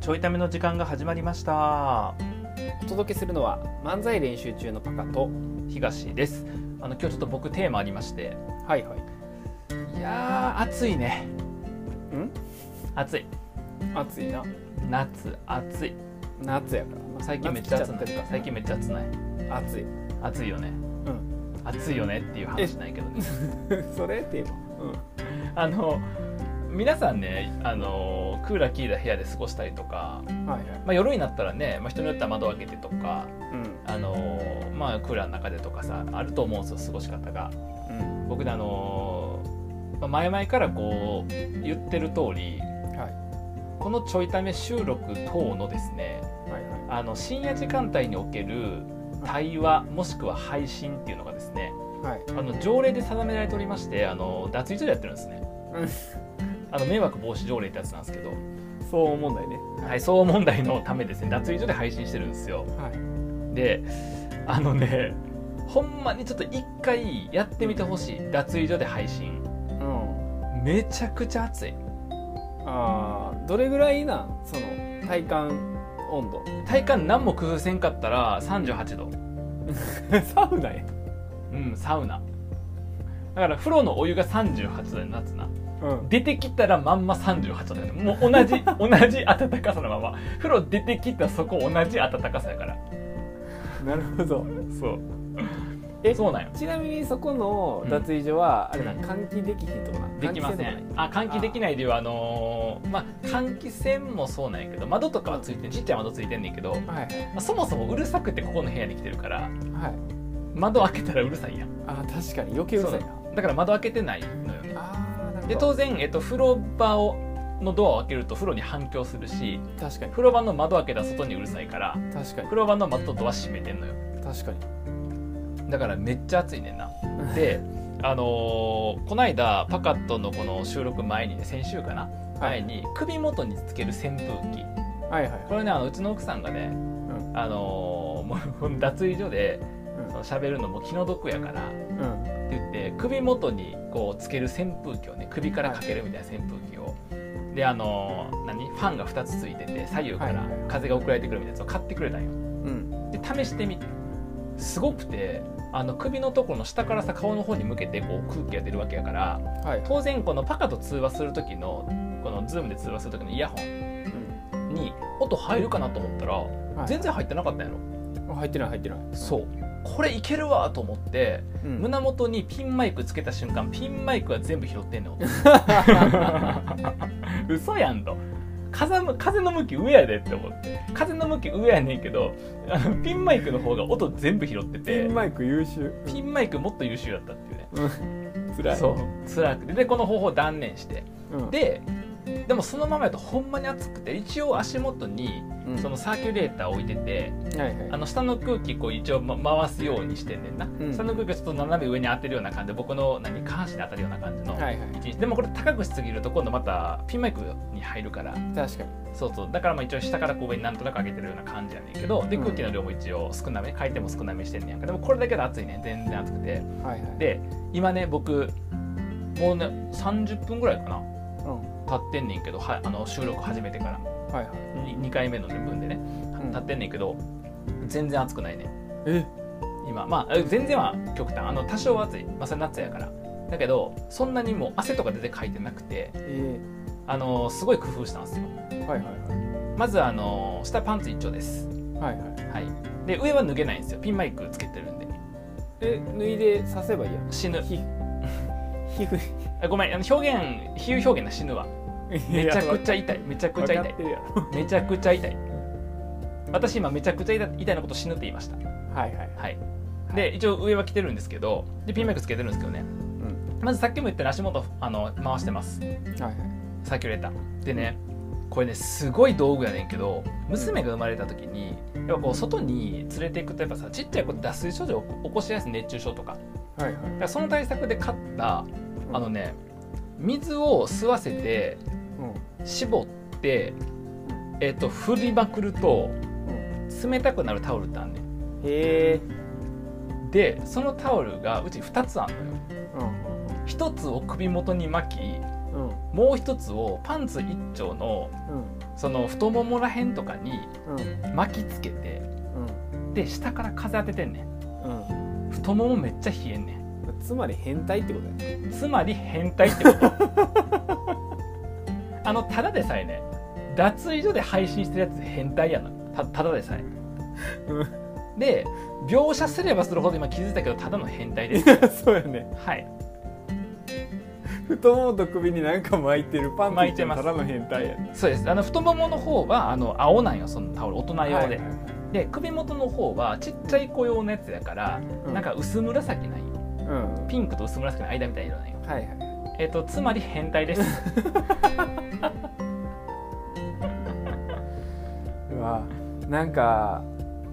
ちょいための時間が始まりましたお届けするのは漫才練習中のパカと東ですあの今日ちょっと僕テーマありましてはいはいいやー暑いねん暑い暑いな夏暑い夏やから、まあ最近めっちゃ暑夏な来ちゃってるかい最近めっちゃ暑ないら暑い暑いよねうん暑いよねっていう話ないけどね それテーマうん あの皆さんねあのクーラー効いた部屋で過ごしたりとか、はいはまいあ、夜になったらね、まあ、人によっては窓を開けてとかうんあのまあクーラーの中でとかさあると思うんですよ過ごし方が僕ねあのーまあ前々からこう言ってる通りうんはいこのちょいため収録等のですねはいはいあの深夜時間帯における対話もしくは配信っていうのがですねはいあの条例で定められておりましてあの脱衣所でやってるんですねうんあの迷惑防止条例ってやつなんですけど、そう問題ねはい、騒音問題のためですね脱衣所で配信してるんですよはいであのねほんまにちょっと一回やってみてほしい脱衣所で配信うんめちゃくちゃ暑いあーどれぐらいなんその体感温度体感何も工夫せんかったら38度 サウナやうんサウナだから風呂のお湯が38度になってなうん出てきたらまんま38度だよもう同 じ同じ暖かさのまま風呂出てきたそこ同じ暖かさやからなるほどそうえそうなんよちなみにそこの脱衣所は、あれな換気できひんとこなできませんあ換気できない理由はあのーまあ換気扇もそうなんやけど窓とかはついてんちっちゃい窓ついてんねんけど、まはいあ、そもそもうるさくてここの部屋に来てるからはい窓開けたらうるさいやんあー確かに余計うるさいなだから窓開けてないのよねあーなるほどで当然、えっと、風呂場をのドアを開けると風呂に反響するし確かに風呂場の窓開けたら外にうるさいから確かに風呂場の窓とドア閉めてんのよ確かにだからめっちゃ暑いねんな であのーこないだパカットのこの収録前にね先週かなは前いに首元につける扇風機はいはいこれねあのうちの奥さんがね、んあのーもうこの脱衣所でんその喋るのも気の毒やからってうん言って首元にこうつける扇風機をね首からかけるみたいな扇風機をであのー何ファンが2つついてて左右から風が送られてくるみたいなやつを買ってくれたんようんで試してみてすごくてあの首のところの下からさ顔の方に向けてこう空気が出るわけやからはい当然このパカと通話する時のこのズームで通話する時のイヤホンに音入るかなと思ったらはい全然入ってなかったんやろ、あ入ってない入ってないそうこれいけるわと思ってうん胸元にピンマイクつけた瞬間ピンマイクは全部拾ってんね ん音嘘やんと風む風の向き上やでって思って風の向き上やねんけどあのピンマイクの方が音全部拾ってピてンマイク優秀ピンマイクもっと優秀だったっていうねつらいそう辛くてでこの方法を断念してうんででもそのままやとほんまに暑くて一応足元にうんそのサーキュレーター置いてて、はいはいあの下の空気こう一応、ま、回すようにしてんねんな、ん下の空気をちょっと斜め上に当てるような感じで僕の何下半身に当たるような感じの、はいはい位置にでもこれ高くしすぎると今度またピンマイクに入るから確かにそうそうだからまあ一応下からこう上になんとなく上げてるような感じやねんけどでうん空気の量も一応少なめ回転も少なめしてんねんやんかでもこれだけで暑いねん全然暑くてはいはいで今ね僕もうね30分ぐらいかなうん経ってんねんけどはあの収録始めてからはいはいに2回目の分でねん経ってんねんけど全然暑くないねんえ今まあえ全然は極端あの多少は暑い、まあ、それ夏やからだけどそんなにもう汗とか出てかいてなくてえあのすごい工夫したんですよーはいはいまずあの下パンツ一丁ですはいはいはいはいで上は脱げないんですよピンマイクつけてるんでえ脱いで刺せばいいやん死ぬ皮皮膚あごめんあの表現比喩表現な死ぬわ めちゃくちゃ痛いめちゃくちゃ痛いてるやろめちゃくちゃ痛い私今めちゃくちゃ痛い痛いのこと死ぬって言いましたはいはいはいで一応上は着てるんですけどでピンマイクつけてるんですけどねうんまずさっきも言ったように足元あの回してますはいはいサーキュレーターでねこれねすごい道具やねんけど娘が生まれた時にやっぱこう外に連れていくとやっぱさちっちゃい子って脱水症状を起こしやすい熱中症とかだはいはいからその対策で買ったあのね水を吸わせてうん絞ってえっと振りまくるとうん冷たくなるタオルってあんねんへえでそのタオルがうち2つあんのようん1つを首元に巻きうんもう一つをパンツ一丁のうんその太ももらへんとかにうん巻きつけてで下から風当ててんねんうんう太ももめっちゃ冷えんねんんつまり変態ってことやねつまり変態ってこと あのただでさえね脱衣所で配信してるやつ変態やなたただでさえうで描写すればするほど今気づいたけどただの変態です そうやねはい太ももと首になんか巻いてるパンツ巻いてますただの変態やねそうですあの太ももの方はあの青なんよそのタオル大人用で、はいで首元の方はちっちゃい子用のやつだから、うんなんか薄紫なんようんはピンクと薄紫の間みたいな色なんよいはいえっ、とつまり変態ですうわなんか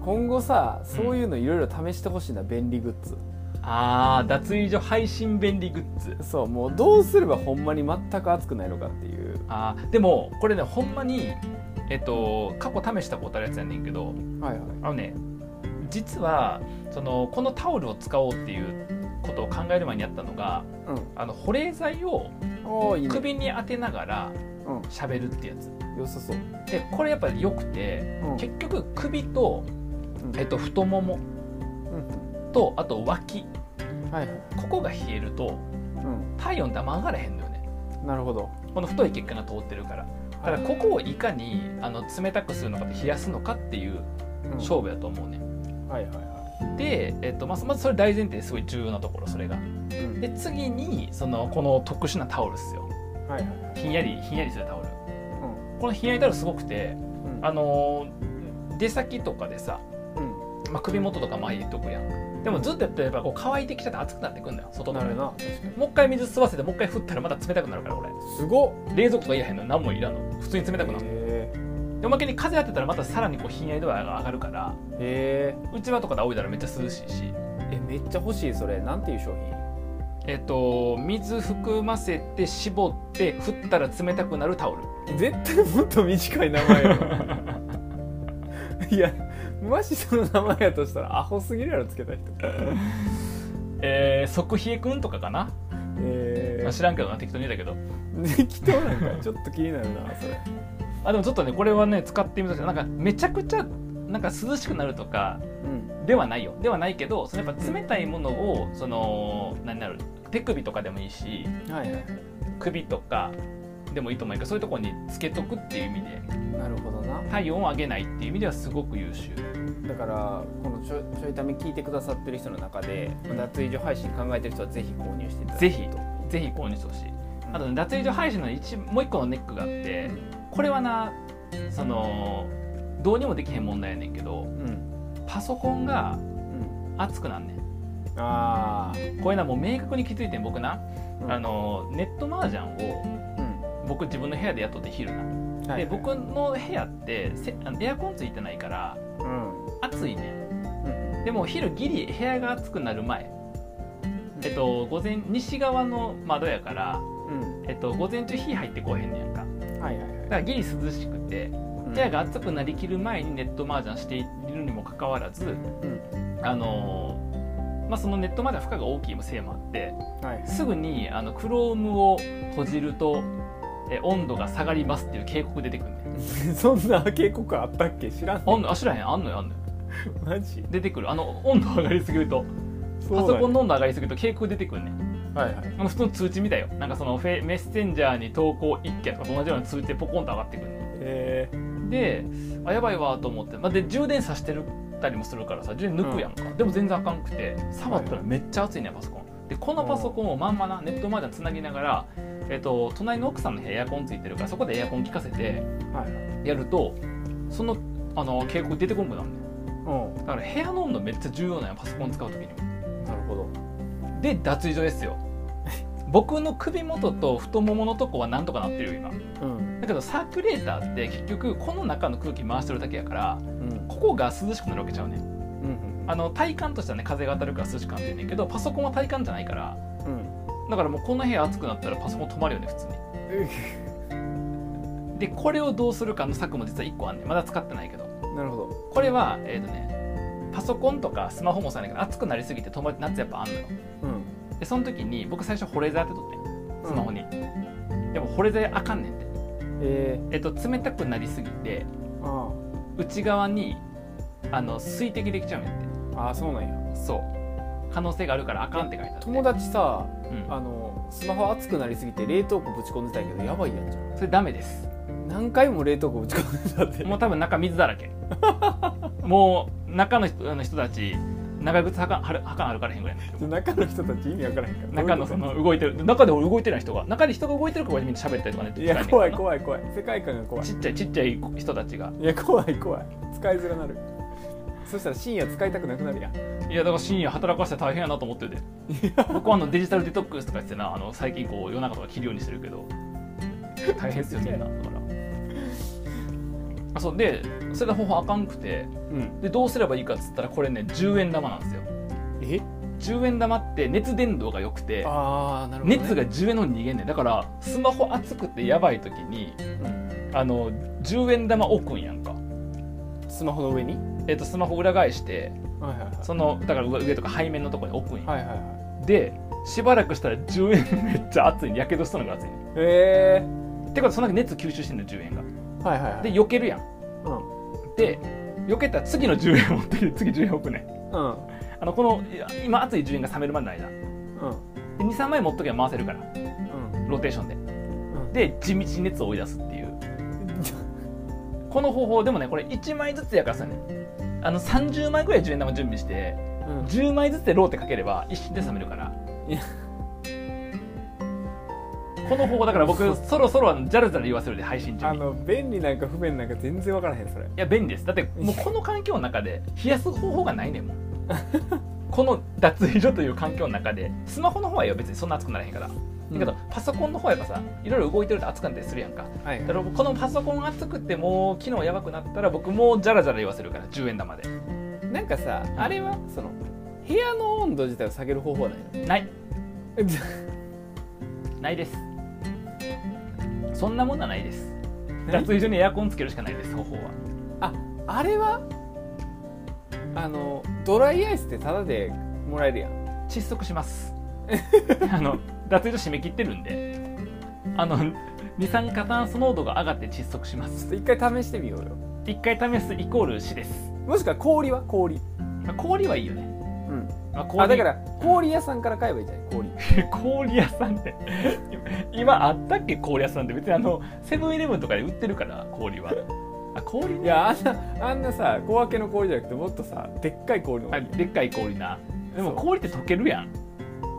今後さそういうのいろいろ試してほしいな便利グッズあー脱衣所配信便利グッズそうもうどうすればほんまに全く熱くないのかっていうあーでもこれねほんまにえっ、と過去試したことあるやつやねんけどはいはいあのね実はそのこのタオルを使おうっていうことを考える前にやったのがうんあの保冷剤をおーいいね首に当てながらう喋るってやつん良さそうでこれやっぱり良くてうん結局首と、うんえっと、太ももうんとあと脇はいはいここが冷えるとう体温ってあんま上がらへんのよねんなるほどこの太い血管が通ってるからだからここをいかにあの冷たくするのかと冷やすのかっていううん勝負やと思うねはいはいはで、えっと、まずまずそれ大前提ですごい重要なところそれがいうんで次にそのこの特殊なタオルですよはいはいはいひんやりひんやりするタオルうんこのひんやりタオルすごくてうんあのー出先とかでさ、うんまあ、首元とか巻いとくやんでもずっとやってればこう乾いてきちゃって熱くなってくんだよ外のなるなもう一回水吸わせてもう一回振ったらまた冷たくなるから俺すごっ冷蔵庫とかいらへんの何もいらんの普通に冷たくなるへでおまけに風当てたらまたさらにこうひんやり度合いが上がるからーへーうちわとかで仰いだらめっちゃ涼しいしえめっちゃ欲しいそれなんていう商品えっと水含ませて絞って振ったら冷たくなるタオル絶対もっと短い名前よいやもしその名前やとしたらアホすぎるやろつけた人えー、即冷えくんとかかな、えまあ知らんけどな適当に言うたけどー、適当なんかちょっと気になるなそれあでもちょっとねこれはね使ってみたけどなんかめちゃくちゃなんか涼しくなるとかうんではないよではないけどそのやっぱ冷たいものをその何だろう手首とかでもいいしはいはい首とかでもいいと思うけどそういうところにつけとくっていう意味でなるほどな体温を上げないっていう意味ではすごく優秀だからこのちょちょいため聞いてくださってる人の中で脱衣所配信考えてる人はぜひ購入していただきたぜいひとぜひ購入してほしいあとね脱衣所配信の一もう一個のネックがあってこれはなそのどうにもできへん問題やねんけどうんパソコンがうん熱くなんねんああこれなもう明確に気づいてん僕な、あのネットマージャンをう僕自分の部屋でやっとって昼な、んはいで僕の部屋ってせあのエアコンついてないからうんうん暑いねんでも昼ギリ部屋が暑くなる前えっと午前西側の窓やから、うんえっと、午前中火入ってこうへんねやんかはいはいだからギリ涼しくてはい部屋が暑くなりきる前にネットマージャンしているにもかかわらずうんあのーまあ、そのネットマージャン負荷が大きいせいもあってはいすぐにあのクロームを閉じるとえ温度が下がりますっていう警告出てくるねん そんな警告あったっけ知らん温度あ知らへんあんのよあんのよマジ出てくるあの温度上がりすぎるとパソコンの温度上がりすぎると警告出てくるねんはいはいあの普通の通知みたいよなんかそのフェメッセンジャーに投稿1件とか同じような通知でポコンと上がってくるねんえであやばいわと思って、まあ、で充電さしてるたりもするからさ充電抜くやんか、でも全然あかんくて触ったらめっちゃ熱いねパソコンでこのパソコンをまんまなネットマージャンつなぎながら、えっと、隣の奥さんの部屋エアコンついてるからそこでエアコン効かせてー、はいはいやるとそのあの警告出てこんくなるねうだから部屋の温度めっちゃ重要なんやパソコン使う時にもんなるほどで脱衣所ですよ 僕の首元と太もものとこはなんとかなってるよ今うんだけどサーキュレーターって結局この中の空気回してるだけやからうんここが涼しくなるわけちゃうねんうんあの体感としてはね風が当たるから涼しくなってんねんけどパソコンは体感じゃないからうんだからもうこの部屋暑くなったらパソコン止まるよね普通にでこれをどうするかの策も実は1個あんねんまだ使ってないけどなるほどこれはえっ、とねパソコンとかスマホもさないけど暑くなりすぎて止まる夏やっぱあんのようんでその時に僕最初保冷剤当てとってんスマホに、でこれであかんねんって、ええっと、冷たくなりすぎてー、あ内側にあの水滴できちゃうねんってあああそうなんやそう可能性があるからあかんって書いてあって友達さうん、あのスマホ熱くなりすぎて冷凍庫ぶち込んでたんやけどやばいやんじゃんそれダメです何回も冷凍庫ぶち込んでたってもう多分中水だら けもう中の人あの人たち長靴はかはるはかん歩かれへんぐらいなんですよ中の人たち意味わからへんか ら中のその動いてる中で俺動いてない人が中で人が動いてるからみんな喋ったりとかねいや怖いい怖い怖い世界観が怖いちっちゃいちっちゃい人たちがいや怖い怖い使いづらなるそしたら深夜使いたくなくなるやんいやだから深夜働かせて大変やなと思って て僕はあのデジタルデトックスとかしてなあの最近こう夜中とか切るようにしてるけど大変ですよみんな だからあそうでそれが方法あかんくてうんでどうすればいいかっつったらこれね10円玉なんですよえ10円玉って熱伝導が良くてああなるほど、ね、熱が10円の方に逃げんねんだからスマホ熱くてやばい時にあの10円玉置くんやんかスマホの上にえっとスマホ裏返してはいはいはいそのだから上上とか背面のところに置くんや、はいはいはいでしばらくしたら10円めっちゃ熱いやけどしたのが熱いねんえってことはその中で熱吸収してんの10円がー、はいはいはいで避けるやんうんで避けたら次の10円持ってきて次10円置くねんうんあのこのいや今熱い10円が冷めるまでの間うん23枚持っとけば回せるからローテーションでうんで地道に熱を追い出すっていうこの方法でもねこれ1枚ずつやからさねあの30枚ぐらい10円玉準備してうん10枚ずつでローテかければ一瞬で冷めるからいやこの方法だから僕そろそろジャルジャル言わせるで配信中あにいの便利なんか不便なんか全然分からへんそれや便利ですだってもうこの環境の中で冷やす方法がない ねんもうこの脱衣所という環境の中でスマホの方はよ別にそんな熱くならへんから、だけどパソコンの方はやっぱさいろいろ動いてると熱くなったりするやんかはいだからこのパソコン熱くてもう機能やばくなったら僕もうジャラジャラ言わせるから10円玉でなんかさあれはその部屋の温度自体を下げる方法はない ないのないですそんなもんはないです脱衣所にエアコンつけるしかないです方法はああれはあのドライアイスってタダでもらえるやん窒息します あの脱衣所締め切ってるんであの二酸化炭素濃度が上がって窒息しまちょすっと一回試してみようよ一回試すイコール死です、もしくは氷は氷まあ、氷はいいよね、うんまあ、氷あだから氷屋さんから買えばいいじゃない氷氷屋さんって 今あったっけ氷屋さんって別にあのセブンイレブンとかで売ってるから氷はあ氷いやあんなあんなさ小分けの氷じゃなくてもっとさでっかい氷の方があいいよでっかい氷なでもそう氷って溶けるやん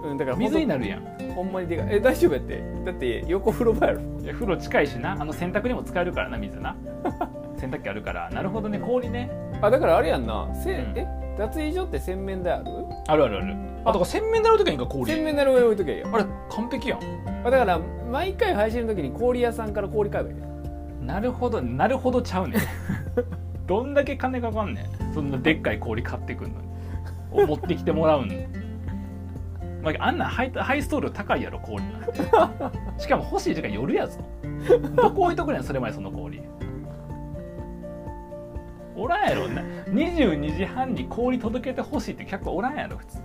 うん、だから水にななるやんほんまにでかいえ大丈夫やってだって横風呂場やろいや風呂近いしなあの洗濯にも使えるからな水な 洗濯機あるからなるほどね氷ねあだからあれやんなせ、うんえ脱衣所って洗面台あるあるあるあるあとから洗面台の時にか氷洗面台の上に置いとけよあれ完璧やあだから毎回配信の時に氷屋さんから氷買えばいいねんなるほどなるほどちゃうねん どんだけ金かかんねんそんなでっかい氷買ってくんのにお持ってきてもらうんまあ、あんなんハイハイストール高いやろ氷なん てしかも欲しい時間夜やぞどこ置いとくねんそれまでその氷おらんやろな22時半に氷届けてほしいって客はおらんやろ普通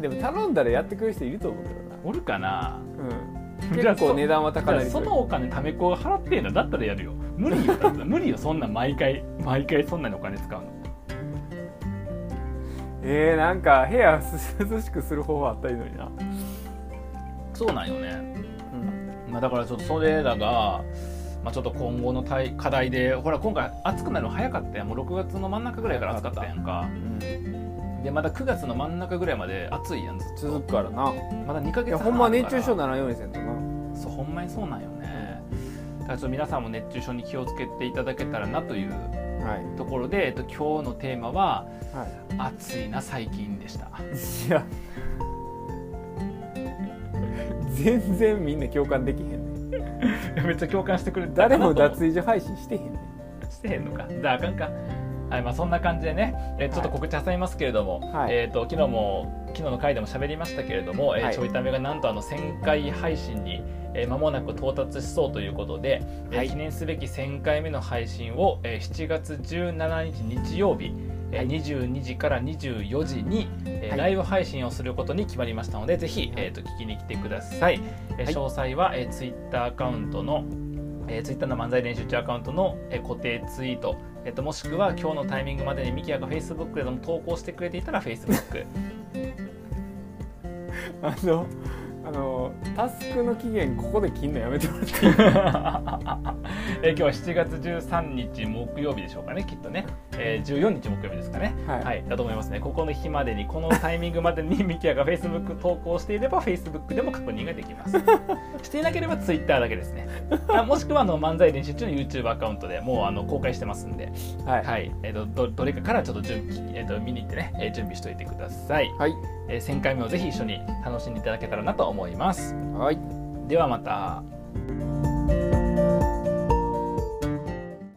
でも頼んだらやってくれる人いると思うけどなおるかなう んじゃあ結構値段は高じゃなありそそうのお金ためこが払ってんのだったらやるよ無理よだったら無理よそんな毎回毎回そんなにお金使うのえー、なんか部屋涼しくする 方法あったらいいのにな、そうなんよね、まあ、だからちょっとそれらが、まあ、ちょっと今後の対課題でほら今回暑くなるの早かったやんもう6月の真ん中ぐらいから暑かったやんかでまだ9月の真ん中ぐらいまで暑いやんずっ続くからなとまだ2ヶい月や半ほんまある熱から中症ならんようにせんとなそうほんまにそうなんよねだからちょっと皆さんも熱中症に気をつけていただけたらなというはいところで、えっと、今日のテーマはは「暑いな最近」で した。いいや全然みんな共感できへんねんいやめっちゃ共感してくれてたか誰なとも思う脱衣所配信してへんね んしてへんのかじゃああかんかはいまあそんな感じでね、えーちょっと告知挟みますけれども、はいえっ、と昨日も昨日の回でも喋りましたけれども、えーはいちょいためがなんとあの1000回配信にえー間もなく到達しそうということで、えーはい記念すべき1000回目の配信を、えー7月17日日曜日、ええー22時から24時に、えーはいライブ配信をすることに決まりましたのでぜひ、えー、と聞きに来てください、えーはい詳細は、えー、ツイッターアカウントの、えー、ツイッターの漫才練習中アカウントの、えー固定ツイートえーともしくは今日のタイミングまでにミキヤが Facebook でも投稿してくれていたら Facebook あのあのタスクの期限ここで切んのやめてもらっていい えー今日は7月13日木曜日でしょうかねきっとね、えー14日木曜日ですかねはいはい、だと思いますねここの日までにこのタイミングまでに ミキヤが Facebook 投稿していれば Facebook でも確認ができ ますしていなければ Twitter だけですねあもしくはあの漫才練習中の YouTube アカウントでもうあの公開してますんで、はいはいえー、とどどれかからちょっと準備、えー、と見に行ってね、えー準備しておいてください、はいえー1000回目をぜひ一緒に楽しんでいただけたらなと思いますはいではまた。